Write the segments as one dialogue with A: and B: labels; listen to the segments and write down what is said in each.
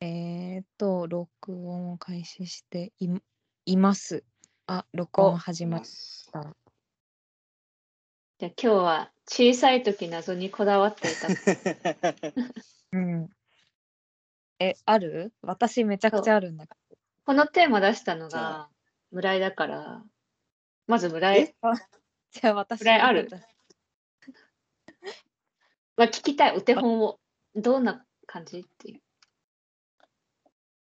A: えっと、録音を開始していむいます。あ、録音
B: お、
A: 始
B: い
A: まっ
B: ます。
A: た。
B: じゃあ今日は小さい時謎にこだわってい た。
A: うん。え、ある？私めちゃく
B: そ
A: ちゃ
B: う。
A: あるんだけど。
B: このテーマ出したの
C: じゃあ。
B: が村井だから、まず村
C: え？
B: 井
A: あ、じゃあ
B: 村井
A: 私
B: あ
A: が
B: る？
A: だ
B: は聞きたい、お手
A: あ。
B: 本を。どんな感じっていう。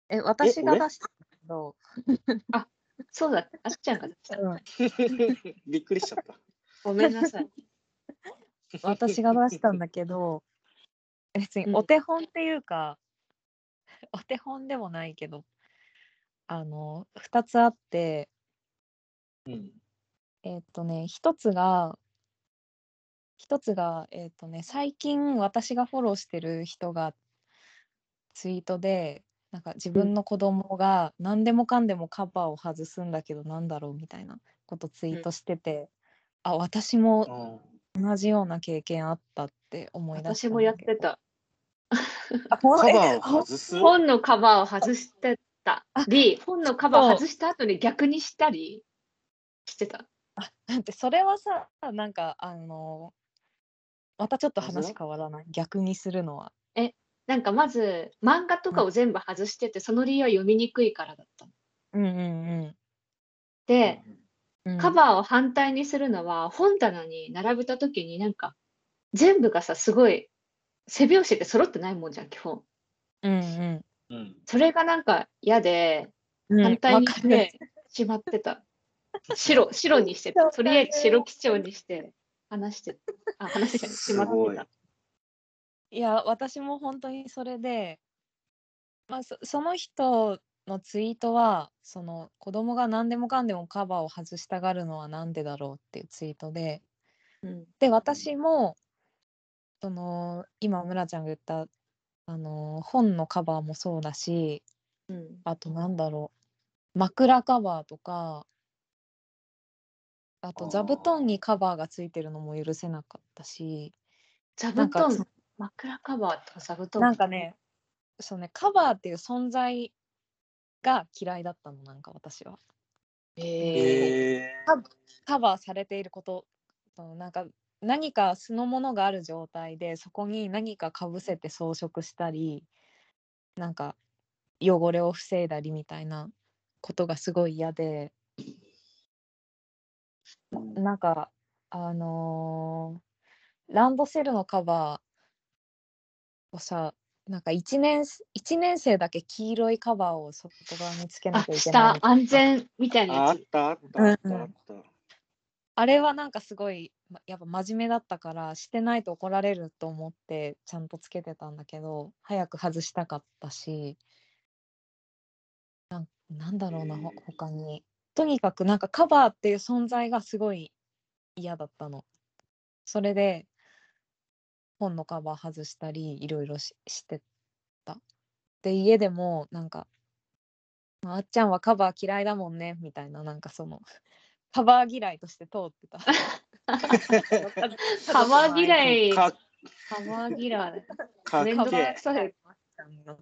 A: え、
C: え、
A: 私が
C: 俺？
A: 出したんだけど。
B: あ、そうだ、あっちゃんが出した。
A: うん。
C: びっくりしちゃった。
B: ごめんなさい。
A: 私が出したんだけど、別に
B: う
A: お
B: ん。
A: 手本っていうか、 お手本でもないけど、あの、2つあって
C: うん。
A: えっとね、1つが1つが、えっとね、最近私がフォローしてる人がツイートで、なんか自
B: う
A: 分
B: ん。
A: の子供が何でもかんでもカバーを外すんだけどなんだろうみたいなことツイ
B: う
A: ー
B: ん。
A: トしてて、あ、私も
C: ああ。
A: 同じような経験あったって 思い出し
B: 私
A: た
B: も
A: ん
B: や
A: だ
B: っ
A: け
B: て
A: ど。
B: た。
A: あ、ほん
C: カ
A: え、
C: バーを
A: ほ
C: 外す？
B: 本のカバーを外してた
A: あ、
B: り、本のカバー
A: そう。
B: 外した後に逆にしたりしてた。
A: あ、だってそれはさ、なんかあのまたちょっと
C: むず
A: 話
C: っ。
A: 変わらない、逆にするのは。
B: え、なんかまず、漫画と
A: う
B: か
A: ん。
B: を全部外してて、その理由は読みにくいからだったの。
A: うんうんうん。
C: うんう
B: で、
C: ん。
A: う
B: カ
A: ん。
B: バーを反対にするのは、本棚に並べた時になんか、全部がさ、すごい背表紙って揃ってないもんじゃん、基本。
A: うんうん。
C: うん。
B: それがなんか嫌で、
A: う
B: 反
A: ん、
B: 対
A: 分
B: に
A: か
B: し
A: る。
B: てしまってた。白白にしてた。
A: わ
B: と
A: か
B: りあえず白
A: る。
B: 基調にして話してあ、話してし
C: す
B: まって
C: ごい。
B: た。
A: いや、私もほんとにそれでま、そその人のツイートは、その子供が何でもかんでもカバーを外したがるのはなんでだろうっていうツイートで、
B: うん。
A: で、
C: うん。
A: 私もその今むらちゃんが言った、あの、本のカバーもそうだし、
B: うん。
A: あとなんだろう、枕カバーとかあ
C: あ
A: と座布団に
C: あ。
A: カバーがついてるのも許せなかったし、
B: 座
A: なん
B: 布
A: か
B: 団、
A: そ
B: 枕カバーとか座布団
A: なん
B: みた
A: か
B: いな。
A: ね、そうね、カバーっていう存在が嫌いだったの、なんか私は。
B: ええ。
C: へ
A: カ
C: え。
A: カバーされていること、となんか何か素のものがある状態で、そこに何かかぶせて装飾したり、なんか汚れを防いだりみたいなことがすごい嫌で。
C: うん。
A: なんか、あの、ランドセルのカバーをさ、なんか1年1年生だけ黄色いカバーを外側につけな
B: あ、
A: きゃい
B: し
A: けないみ
B: た、
A: たい
B: 安
A: な。
B: 全みたいなや
C: あ、あっ
B: つ。
C: たあったあ
A: うん
C: っ
A: う
C: たあっ
A: ん。
C: た。
A: あれはなんかすごい、ま、やっぱ真面目だったから、してないと怒られると思って、ちゃんとつけてたんだけど、早く外したかったし。なんなんだ
C: へ
A: ろうな、ほ
C: え。
A: 他に。とにかくなんかカバーっていう存在がすごい嫌だったの。それで本のカバー外したり、色々ししてた。で、家でもなんか「あっちゃんはカバー嫌いだもんね」みたいな、なんかその、カバー嫌いとして通って た。ごかず家
B: カ
A: 族
B: バー
A: の間に。
B: 嫌い。
C: かっ
B: カバー嫌い。
C: かっ
B: めん
A: カバ
B: どく
C: け
A: ー
C: え。
B: さ
A: 嫌い
B: い。
A: のあっちゃんの。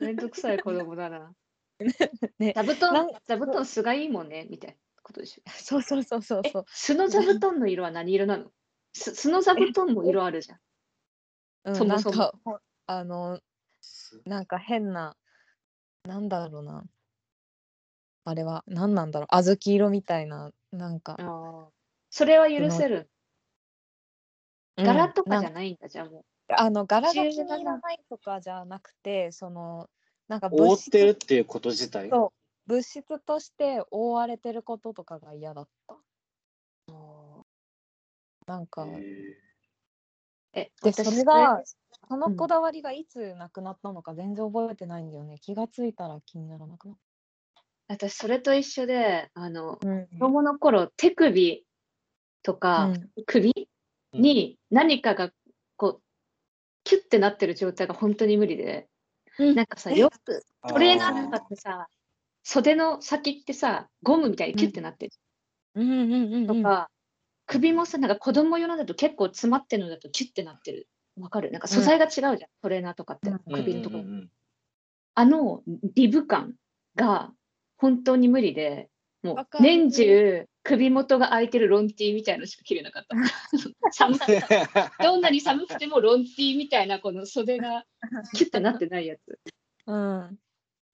B: めんどくさい子供だな。
A: ね、
B: 座布
A: な
B: 団
A: ん
B: 座布
A: そう。
B: 団素がいいもんねみたいなことでしょ。
A: そうそうそうそう
B: え、
A: そう。
B: 素の座
A: な
B: 布
A: ん
B: 団の色は何色なの？す素の座布
A: え、
B: 団も
A: え。
B: 色あるじゃん。
A: う
B: そ
A: ん、
B: も
A: なん
B: そも。
A: か、ほあの、
C: す
A: なんか変な、なんだろうな。あれは、なんなんだろう、小豆色みたいな、なんか
B: ああ、それは
A: で
B: 許
A: の
B: せる？
A: う
B: 柄
A: ん、
B: とか
A: な
B: じ
A: ん
B: ゃないんだ、じゃあもう。
A: あの、柄が
B: 中
A: 気に入ら
B: 柄。
A: ないとかじゃなくて、その、なんか物
C: 覆ってる
A: 質
C: っていうこと自体？
A: そう、物質として覆われてることとかが嫌だった。
B: ああ。
A: なん
C: へ
A: か
C: え。
B: え、
A: で、そ
B: 私
A: れ
B: それ
A: が、その
B: う
A: こ
B: ん。
A: だわりがいつなくなったのか全然覚えてないんだよね。気が付いたら気にならなくな
B: 私それと一緒で、あの、
A: うんう
B: 子
A: ん。
B: 供の頃、手首と
A: う
B: か
A: ん。
B: 首
C: うん。
B: に何かがこう、キュッてなってる状態がほんとに無理で、
A: うん、
B: なんかさ、
A: え。
B: 洋服、トレーナーとかっ
C: ああ。
B: てさ、袖の先ってさ、ゴムみたいに
A: う
B: キュッ
A: ん。
B: てなってる
A: うんうんうん
B: と
A: うん。
B: か、首もさ、なんか子供用のだと結構詰まってるのだとキュッてなってる。わかる？なんか
A: う
B: 素
A: ん。
B: 材が違うじゃん、トレーナーとかっ
A: うん
B: て、
A: う
C: うんうん
A: ん。
B: 首のところ。
C: うんうん。
B: あのリブ感が本当に無理で、も
A: わか
B: う
A: る
B: 年中首元が空いてるロンティーみたいなのしか着れなかった。 寒くどんなに寒くてもロンティーみたいなこの袖がキュッてなってないやつ。
A: うん。わ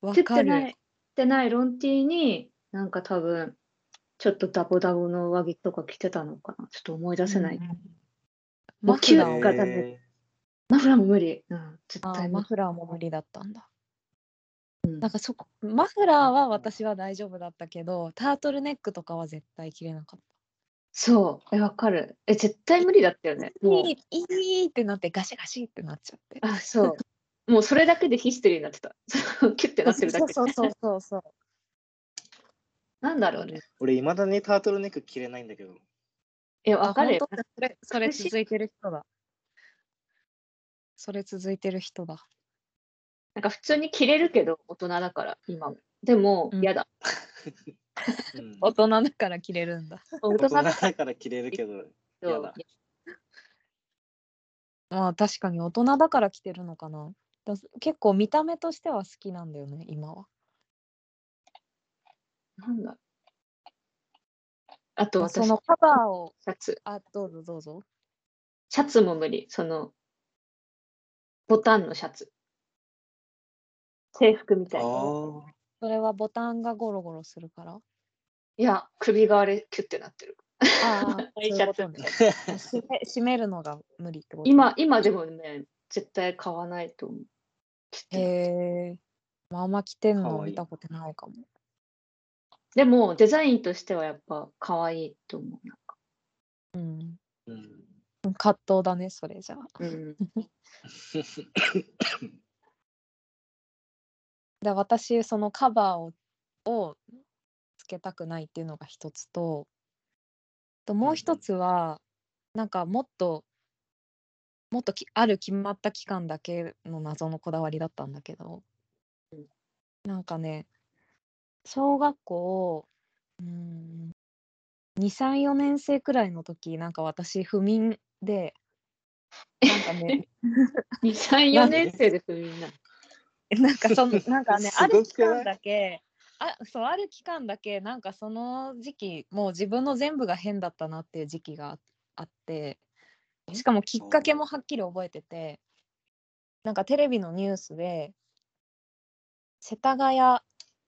B: キュッ
A: か
B: てない、
A: る
B: 切。ってないロンティーに、なんか多分、ちょっとダボダボの上着とか着てたのかな。ちょっと思い出せない。
A: うん
B: も
A: マ
B: う
A: フ
B: キュ
A: ラ
B: ッ
A: ー
B: が
A: を
B: ダメマフラーも無理。うん、絶
A: あ
B: 対
A: ー
B: 無
A: マ
B: 理。
A: フラーも無理だったんだ。
B: うん
A: なんかそこマフラーは私は大丈夫だったけどタートルネックとかは絶対着れなかっ
B: そう。え、わかる。え、絶対無理だったよね。
A: た。
B: もう
A: いいいいってなってガシガシってなっちゃって。
B: あ、そう。もうそれだけでヒステリーになってた。 そうキュッてなってるだけ。
A: そうそうそうそう。
B: なんだろうね。
C: 俺、いまだにタートルネック着れないんだけど。
B: え、わかるよ
A: あ。本当だそれ
B: 美
A: そ
B: し
A: れ
B: い
A: 続いてる人だ。それ続いてる人だ。
B: なんか普通に着れるけど、大人だから、今も。でも、
A: うん
B: 嫌だ。
C: うん
A: 大人だから着れるんだ。
B: 大
C: 大
B: 人
C: 人
B: だ
C: だから着れるけど。
B: けど
C: 嫌だ
A: まあ確かに大人だから着てるのかな。だ結構見た目としては好きなんだよね、今は。
B: なんだろうあと
A: そ
B: 私、シ
A: のカバーを、
B: ャツ。
A: あ、どうぞどうぞ。
B: シャツも無理。その、ボタンのシャツ。制服みたいな。
C: ああ。
A: それはボタンがゴロゴロするから。
B: いや、首があれ、キュッてなってる。
A: ああ、
B: ワイシャツ
A: そういうことね閉め閉めるのが無理ってこと。
B: 今、今でもね、絶対買わないと思う。きっと
A: へえ。まああんま着てん
C: か
A: の
C: わいい
A: 見たことないかも。
B: でも、デザインとしてはやっぱ可愛いと思う。なんか
A: うん。
C: うん
A: 葛藤だね、それじゃあ。
B: うん、
A: で私そのカバーををつけたくないっていうのが一つとともう一つは、なんかもっともっときある決まった期間だけの謎のこだわりだったんだけど、
B: うん
A: なんかね小学校うん234年生くらいの時なんか私不眠でなんか ね
B: 2、3、4年生です、みんな。
A: なんかそのなんかね
C: す
A: あ
C: ご
A: る
C: く
A: 期
C: ない
A: 間だけあそうある期間だけなんかその時期もう自分の全部が変だったなっていう時期がああってしかもきっかけもはっきり覚えててなんかテレビのニュースで世田谷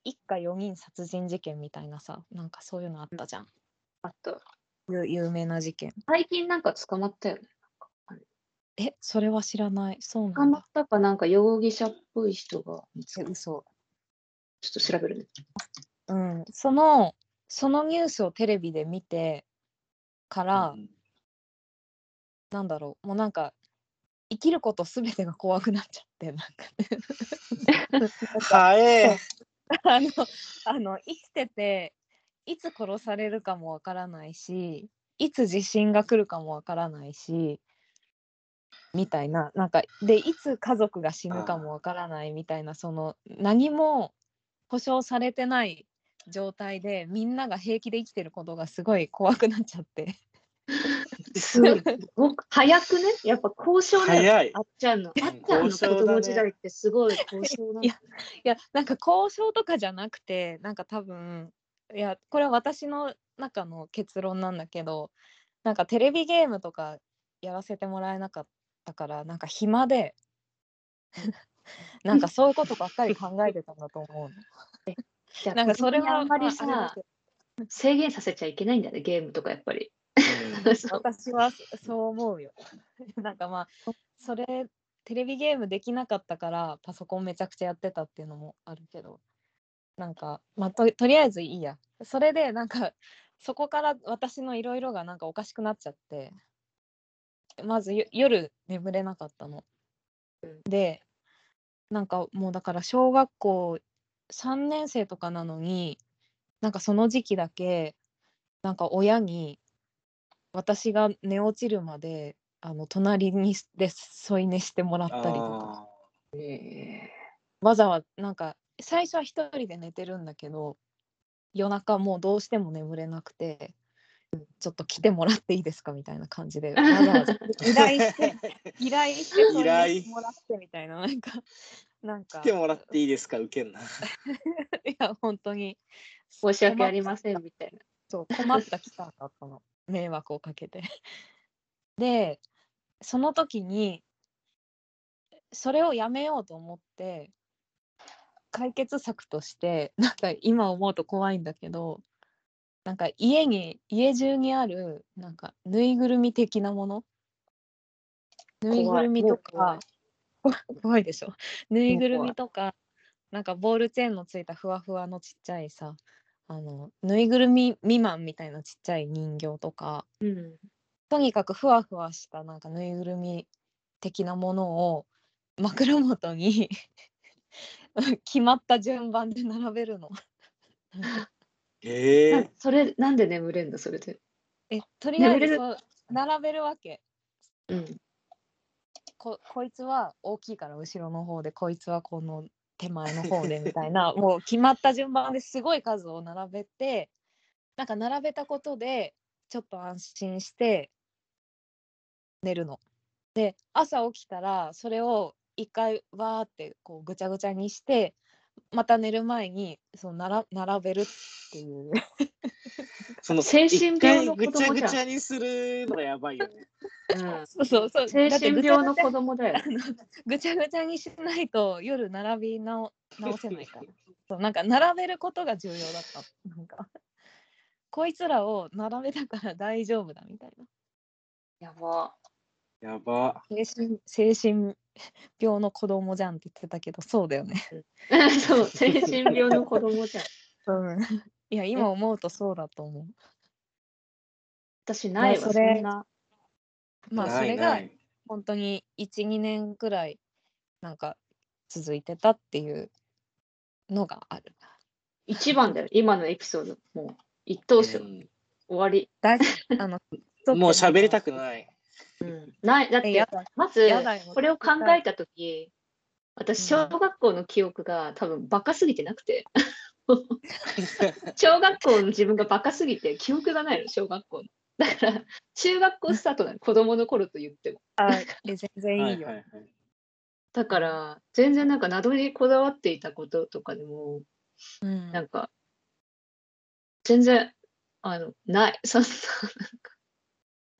A: 一家4人殺人事件みたいなさなんかそういうのあったじゃん
B: あと、
A: ゆ有名な事件
B: 最近なんか捕まったよね。
A: えそれは知らないそうな
B: 捕
A: ん
B: まっ
A: だ
B: たかなんか容疑者っぽい人が見つ
A: え
B: けた。ちょ
A: 嘘
B: っと調べる ね。
A: うんそのそのニュースをテレビで見てから、なんだろうもうなんか生きることすべてが怖くなっちゃってなんかね
C: はえ。
A: あのあの生きてていつ殺されるかもわからないしいつ地震が来るかもわからないしみたいななんかでいつ家族が死ぬかもわからないみたいなその何も保証されてない状態でみんなが平気で生きてることがすごい怖くなっちゃって。
B: すごく早くね、やっぱ交渉だよ。
C: 早い
B: あ。っちゃんの、あっちゃんの子
C: 交渉だ
B: 供
C: ね
B: 時代ってすごい交渉だ
A: いやいやなんか交渉とかじゃなくてなんか多分いやこれは私の中の結論なんだけどなんかテレビゲームとかやらせてもらえなかったからなんか暇で なんかそういうことばっかり考えてたんだと思う
B: じゃ
A: のな
B: あ
A: んかそれ
B: 子供に
A: は
B: あんまり
A: あれ
B: さ
A: だけ、
B: 制限させちゃいけないんだね、ゲームとかやっぱり。
C: うん
A: ど
B: そう
A: 私はそう思うよ なんかまあそれテレビゲームできなかったからパソコンめちゃくちゃやってたっていうのもあるけどなんかまあととりあえずいいやそれでなんかそこから私のいろいろがなんかおかしくなっちゃってまずよ夜眠れなかったの
B: うん。
A: でなんかもうだから小学校3年生とかなのになんかその時期だけなんか親に私が寝落ちるまであの隣にで添い寝してもらったりとか
C: あ
A: わざわざなんか最初は一人で寝てるんだけど夜中もうどうしても眠れなくてちょっと来てもらっていいですかみたいな感じで わざわざ依頼して
C: ー
A: 依頼して
C: 依
A: 添い寝し
C: 頼
A: てもらってみたいななんかなんか
C: 来てもらっていいですか受けんな。
A: いや本当に
B: 申し訳ありませんみたいな。
A: そう困った期間だったの迷惑をかけて でその時にそれをやめようと思って解決策としてなんか今思うと怖いんだけどなんか家に家中にあるなんかぬいぐるみ的なものぬいぐるみと
B: 怖い
A: か怖いでしょ ぬいぐるみとかなんかボールチェーンのついたふわふわのちっちゃいさあのぬいぐるみ未満みたいなちっちゃい人形とか
B: うん。
A: とにかくふわふわしたなんかぬいぐるみ的なものを枕元に 決まった順番で並べるの。
C: へ
B: な
C: え。
B: それなんで眠れんのそれで。
A: えとりあえ
B: 眠れ
A: ず
B: る
A: そう並べるわけ
B: うん。
A: ここいつは大きいから後ろの方でこいつはこの手前の方でみたい なもう決まった順番ですごい数を並べてなんか並べたことでちょっと安心して寝るの。で朝起きたらそれを一回わーってこうぐちゃぐちゃにしてまた寝る前にそうなら並べるっていう。
C: その
B: 精神病の
C: 一回
B: 子
C: ぐちゃ
B: 供
C: ぐ
B: じゃん
C: ちゃにするのがやばいよね。
B: うん、
A: そうそうそう
B: 精
A: だってぐ
B: 神
A: ちゃ
B: 病の子供だよ。
A: ぐちゃぐちゃにしないと夜並び直直せない からそうなんか並べることが重要だったなんかこいつらを並べたから大丈夫だみたいな
B: やば。
C: やば。
A: 精神精神病の子供じゃんって言ってたけどそうだよね、
B: そう、精神病の子供じゃん。
A: うん、 いや今思うとそうだと思
B: 私な
A: ね
B: いわ、
A: そ
B: そ
A: れ
B: んな。
A: うまあ
C: な
A: そ
C: い
A: れ
C: な
A: が
C: い
A: 本当に12年くらいなんか続いてたっていうのがある
B: 一番だよ、今のエピソード。もう、一等賞、終わり。
A: だいあ の
C: うんもう喋りたく
A: い
C: ない。
B: うん、ない、だっ
A: えや
B: て、
A: だ
B: まず
A: やだよ、
B: これを考えたとき、私、
A: う
B: 小
A: ん
B: 学校の記憶が多分バカすぎてなくて。小学校の自分がバカすぎて記憶がないの、小学校の。だから、中学校スタートなの、子供の頃と言っても。
A: あえ全然いいよ、
C: はいはいはい
B: だから、全然なんか、などにこだわっていたこととかでも、
A: うん
B: なんか、全然、あの、ない。そんな、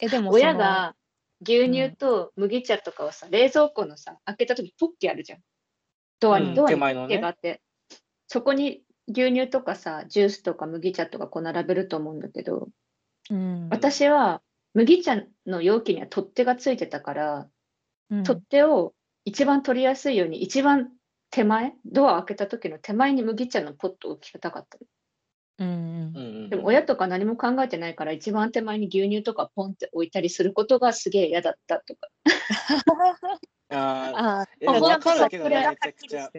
A: えでもその
B: 親が牛乳と麦茶とかをさ、冷蔵庫のさ、開けた時にポッケあるじゃん。ドア
A: う
B: に、
A: ん
B: ドア
C: 手
B: に
C: 前の
B: 手があ
C: ね。
B: って。そこに牛乳とかさ、ジュースとか麦茶とかこう並べると思うんだけど、
A: うん
B: 私は麦茶の容器には取っ手がついてたから、
A: うん
B: 取っ手を一番取りやすいように、一番手前、ドア開けた時の手前に麦茶のポットを置きたかった
A: う
B: の。
A: ん
C: うんうん
B: でも親とか何も考えてないから一番手前に牛乳とかポンって置いたりすることがすげえ嫌だったとか。
C: あ
A: あ
C: ーい
B: こ
C: や
B: こ
C: わかるけどね、
B: これ
C: めちゃくちゃ。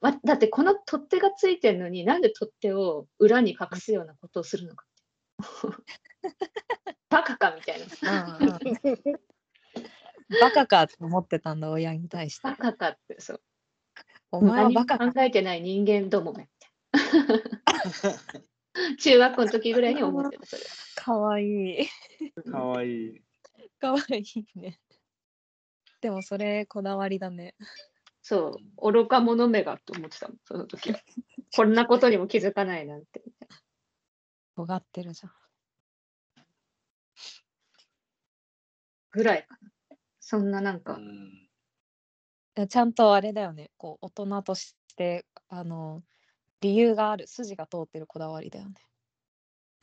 B: わだってこの取っ手がついてるのになんで取っ手を裏に隠すようなことをするのか って。バカかみたいな。
A: あバカかと思ってたんだ親に対して
B: バカかってそう。
A: お前は
B: 何も
A: バカか
B: 考えてない人間ど もがみたいな。中学校の時ぐらいに思ってたそれ。
A: かわいい
C: かわいい。
A: かわいいねでもそれこだわりだね
B: そう。愚か者めがと思ってたもん、その時は。こんなことにも気づかないなんて。
A: 尖ってるじゃん
B: ぐらいかな。そんななん
C: う
B: か。
C: ん
A: いやちゃんとあれだよねこう大人としてあの理由がある筋が通ってるこだわりだよね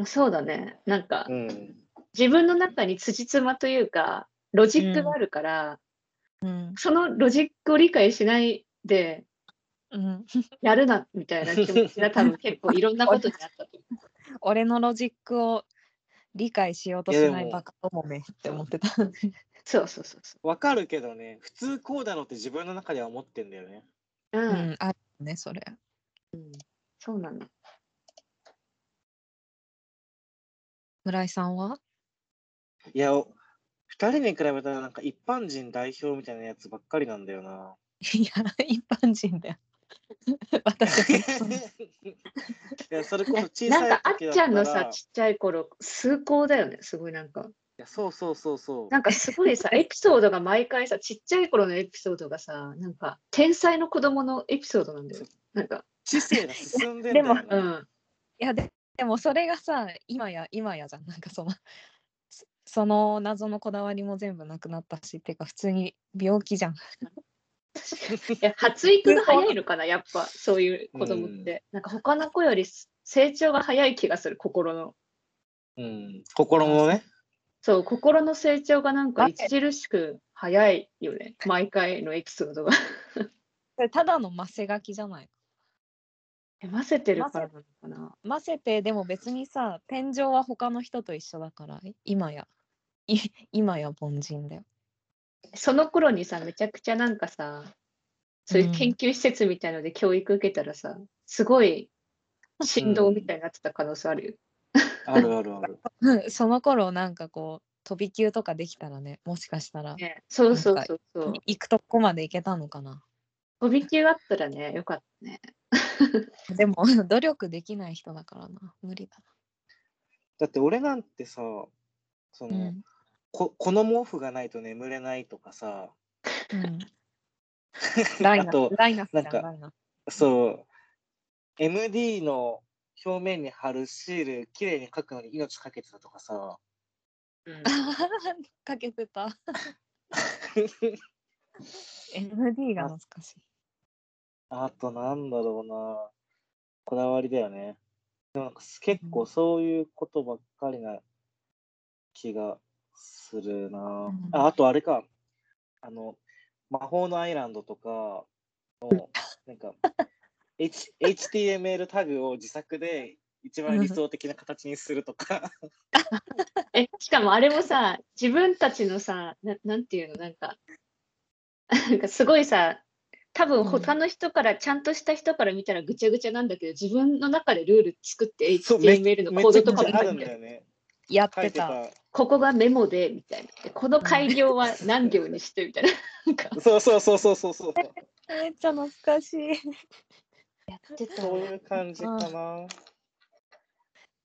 B: そうだね。なんか、
C: うん
B: 自分の中に辻褄というか、ロジックがあるから、
A: うん
B: そのロジックを理解しないで
A: うん
B: やるなみたいな気持ちが多分結構いろんなことになったと思
A: 俺のロジックを理解しようと
C: いや
A: し
C: で
A: ない
C: も
A: バカどもめって思ってた
B: う。 そうそうそうそ
C: わかるけどね、普通こうだろうって自分の中では思ってんだよね。
B: う。うん。
A: うんあるねそれ
B: そうなの。
A: 村井さんはい
C: や、お二人に比べたらなんか一般人代表みたいなやつばっかりなんだよな。
A: いや一般人だよ 私たち も
C: いや、それこそ小
B: な
C: さ
B: ん
C: い
B: か、あっ
C: 時だったら。
B: ちゃんのさ、ちっちゃい頃、崇高だよね。すごいなんか、
C: や、そうそうそうそう。
B: なんかすごいさ、エピソードが毎回さ、ちっちゃい頃のエピソードがさ、なんか天才の子供のエピソードなんだよ。なんか、
C: 知性が進んでんだよ、ね。
A: で
B: う
C: うん
B: ん。
A: いやででもそれがさ今や今やじゃんなんかそのそその謎のこだわりも全部なくなったしっていうか普通に病気じゃん
B: いや発育が早いのかな、やっぱそういう子供って。なんか他の子より成長が早い気がする、心の。
C: 心のね。
B: そう、心の成長がなんか著しく早いよね、毎回のエピソ ードが。
A: それただのませ書きじゃない
B: え混ぜてるからなのかな。
A: ませてでも別にさ天井は他の人と一緒だから今やい今や凡人だよ
B: その頃にさ、めちゃくちゃなんかさ、そういう研
A: うん
B: 究施設みたいので教育受けたらさ、すごい振動みたいになってた可能性あるよ。
C: あるあるある。
A: うん その頃なんかこう飛び級とかできたらねもしかしたら、
B: ね、そうそうそうそう。
A: い行くとこまで行けたのかな
B: 飛び級あったらね、よかったね。
A: でも 努力できない人だからな無理だ
C: だって俺なんてさ、そ
A: な
C: の、ここの毛布がないと眠れないとかさ、
A: うん、 うんライナ
C: あと
A: ライナスじゃん
C: なんか
A: ライナス
C: そう、MD の表面に貼るシール、綺麗に書くのに命かけてたとか さ、
B: う ん、
A: かけてた MD が懐かしい
C: あとなんだろうな、こだわりだよね。でもなんか結構そういうことばっかりな気がするな。
A: ん
C: ああとあれか、あの、魔法のアイランドとかの、なんか、H、HTML タグを自作で一番理想的な形にするとか。
B: えしかもあれもさ自分たちのさななんていうのなんかなんかすごいさ多
A: う
B: 分
A: ん
B: 他の人から、ちゃんとした人から見たらぐちゃぐちゃなんだけど自分の中でルール作って
C: そうめ
B: HTML の
C: め
B: コー
C: ち
B: ド
C: ゃ
B: と
C: くち
B: かも
C: ゃあるん
B: 書いて
C: だ
B: あ
C: よ
B: る
C: ね。
A: やっ
C: 書い
A: て
C: て
A: た
C: た。
B: ここがメモでみたいなでこの改良は何行にしてみたいななんか
C: そうそうそうそうそうそう。
A: めっちゃ懐かしい
B: やってた
C: そういう感じかな。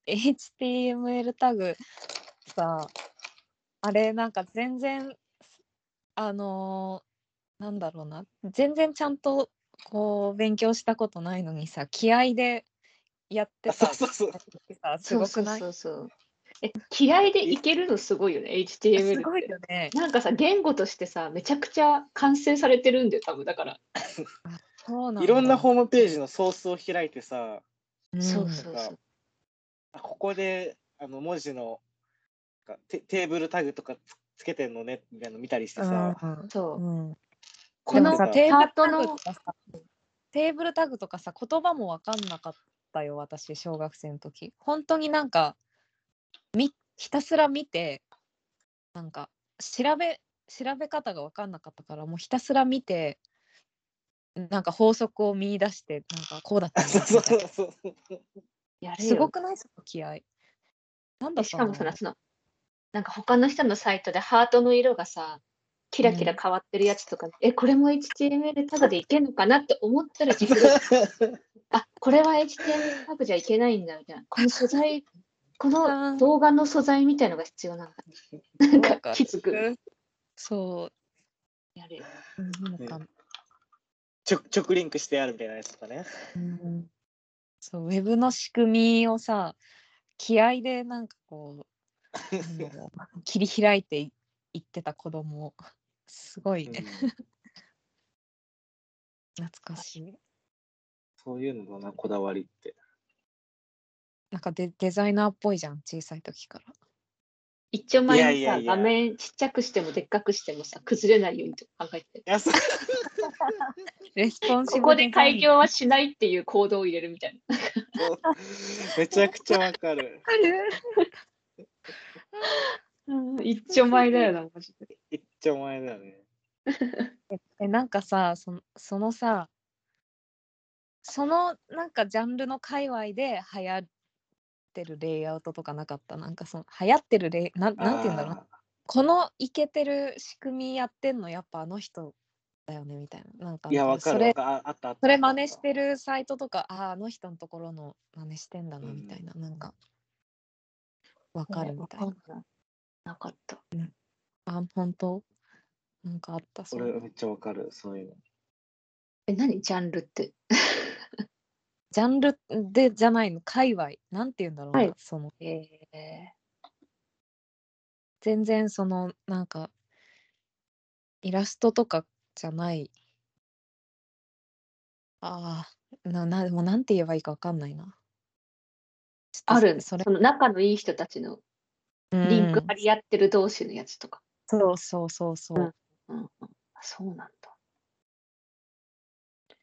A: HTML タグさあれなんか全然あのーなんだろうな全然ちゃんとこう勉強したことないのにさ気合でやって
C: あ
A: た
C: そうそうそう。
A: さすごくない
B: そうそうそうそうえ気合でいけるのすごいよね HTML っ
A: す
B: て
A: ごいよね
B: なんかさ言語としてさめちゃくちゃ完成されてるんだよ多分だから
A: そうなんだ
C: いろんなホームページのソースを開いてさ、
A: うん
B: そうそう
C: なん
B: そ
C: か
B: う。
C: あここであの文字のなんかテテーブルタグとかつつけてんのねみたいなの見たりしてさ、
B: そうう。
A: んうん
B: こ
A: で
B: の
A: も
C: な
A: さ
C: んか
A: テーブル
B: パ
A: タ
B: ートの
A: グとかさテーブルタグとかさ言葉もわかんなかったよ私小学生の時本当になんかみひたすら見てなんか調べ調べ方がわかんなかったからもうひたすら見てなんか法則を見出してなんかこうだったんだ
C: そう そう
A: みたいな
C: そうそう。
B: やれよ
A: すごくないその気合なんだ
B: しかもさ
A: の
B: そのなんか他の人のサイトでハートの色がさキラキラ変わってるやつとか、えこれも HTML タグでいけんのかなって思 ったら自分であこれは HTML タグじゃいけないんだみたいなこの素 材こ
A: う
B: の
A: ん
B: 動画の素材みたいのが必要なんだな
A: わ
B: ん
A: か
B: か
A: る
B: 気づく
A: そ
B: やれよ
A: うなんか、
C: 直直リンクしてあるみたいなやつとかね。
A: そうウェブの仕組みをさ気合でなんかこう なんだろう切り開いていいってた子供すごい、
C: うん
A: 懐かしい
C: そういうのだな、こだわりって。
A: なんかデデザイナーっぽいじゃん小さい時 から
B: 一丁前にさ
C: いやいやいや
B: 画面ちっちゃくしてもでっかくしてもさ崩れないようにとか考えて
C: いやそう
A: レスポンシブ
B: ここ
A: デザ
B: で
A: イン
B: 開業はしないっていう行動を入れるみたいな
C: めちゃくちゃわかる。
B: うん一丁前だよな、マジで。
C: 一丁前だよね。
A: えなんかさそのそのさそのなんかジャンルの界隈で流行ってるレイアウトとかなかったなんかその流行ってるレイなんなんて言うんだろうなこのイケてる仕組みやってんのやっぱあの人だよねみたいななんか
C: あーいや、わか
A: そ
C: るわ
A: れ
C: かる。ああったあった。
A: それ真似してるサイトとかあーあの人のところの真似してんだな
C: うん
A: みたいな、なんかわかるみたいな
B: わかんないなかった。
A: あ、本当なんかあったそ
C: そうれ
A: な。
C: めっちゃわかる、そういうの。
B: え、何ジャンルって。
A: ジャンルでじゃないの、界隈。なんて言うんだろうな、
B: はい
A: その、
B: え
A: 全然その、なんか、イラストとかじゃない。ああ、な、な、もうなんて言えばいいかわかんないな。ちょっと
B: ある
A: そ
B: そ
A: れ、
B: の仲のいい人たちの
A: うん
B: リンク張り合ってる同士のやつとか。
A: そうそうそうそう。
B: うんうん、あそうなんだ。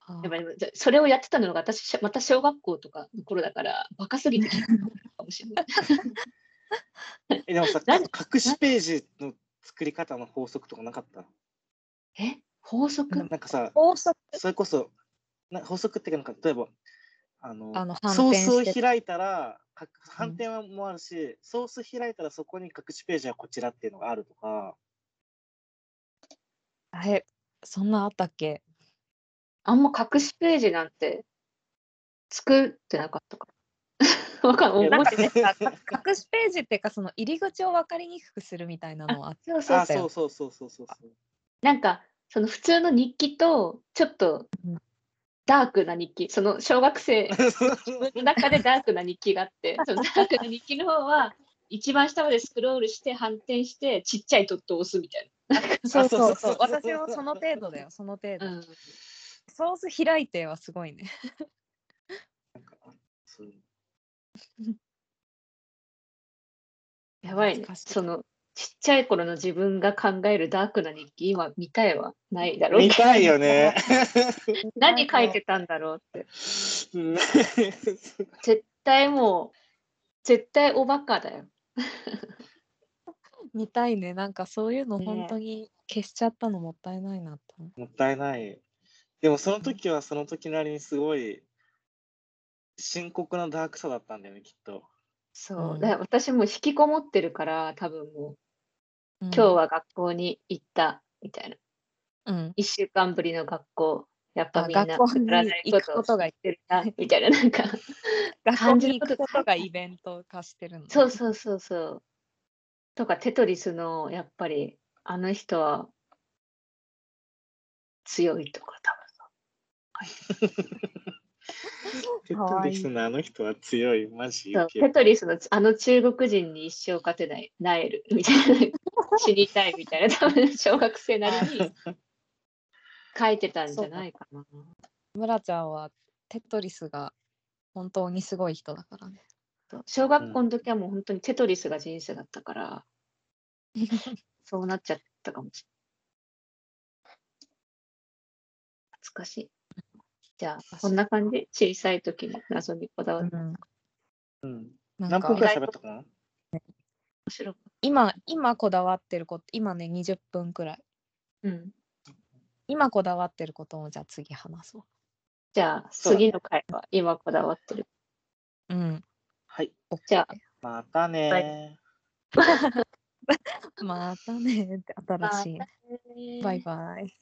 A: あ
B: やっ
A: ー
B: ぱでもじゃそれをやってたのが私、しまた小学校とかの頃だから、バカすぎて聞いたのかもし れない。
C: え、でもさ、
B: 何
C: 隠しページの作り方の法則とかなかった
B: え法則
A: な
C: なんかさ、
A: 法則
C: それこそ、な法則っていうか、なんか例えば、あの、
A: あの
C: ソ
A: 反
C: ー
A: 転
C: スを
A: して
C: 開いたら、か反転もあるし、ソース開いたらそこに隠しページはこちらっていうのがあるとか、
A: あれそんなあったっけ
B: あんま隠しページなんて作ってなかったか も。わかんない。
C: なん
B: 覚
C: か
B: えてない。
A: 隠しページっていうかその入り口を分かりにくくするみたいなのはあっ
B: そうそう
C: あ、
B: そう。
C: そうそうそうそうそうそう。
B: なんか、その普通の日記と、ちょっと
A: うん
B: ダークな日記、その小学生の中でダークな日記が あって、そのダークな日記の方は、一番下までスクロールして反転して、ちっちゃいドットを押すみたい
A: そうそうそう
C: そう
A: 私もその程度だよその程度、
B: な。うん、
A: ソース開いてはすごいね
C: そう
B: やばいね
A: 懐かしい
B: そのちっちゃい頃の自分が考えるダークな日記、今見たいはないだろ う
C: 見たいよね。
B: 何書いてたんだろうって。
C: うん
B: 絶対もう、絶対おバカだよ。
A: 見たいねなんかそういうの
B: ね
A: 本当に消しちゃったのもったいないなと思う、
C: もったいない。でもその時はその時なりにすごい深刻なダークさだったんだよね、きっと。
B: そう、
A: うん
B: だから私もう引きこもってるから、多分もう。
A: うん
B: 今日は学校に行ったみたいな。
A: うん
B: 一週間ぶりの学校。やっぱ
A: あ
B: みんな
A: 学校に行くことが
B: てるなみたいななんか。
A: 学校
B: 感じ
A: に
B: る
A: 行
B: こ
A: く
B: と
A: ことがイベント化してるの
B: そうそうそうそう。とかテトリスのやっぱりあの人は強いとか多分。
C: テ
A: か
C: ト
A: わいい
C: リスのあの人は強い、マジ
B: そう
C: 雪
B: テトリスのあの中国人に一生勝てない、なえるみたい な、死にたいみたいな、多分小学生なりに書いてたんじゃないかな。
A: 村ちゃんはテトリスが本当にすごい人だからね
B: そう小学校の時はもう本当にテトリスが人生だったから、そうなっちゃったかもしれない。懐かしい。じゃあ、こんな感じ小さい時の謎にこだわって
C: うん
A: な
C: 何
A: ん
C: 分
A: か
C: くらい喋ったかな
B: 面白かっ
A: 今今こだわってること今ね20分くらい
B: た。うん。
A: 今こだわってることをじゃあ次話そ
B: じゃあ、
C: そうだね
B: 次の回は今こだわってる。
A: ううん
C: はい、
B: じゃ
C: またねー。
A: またねって新しいね、
B: あ、
A: バイバイ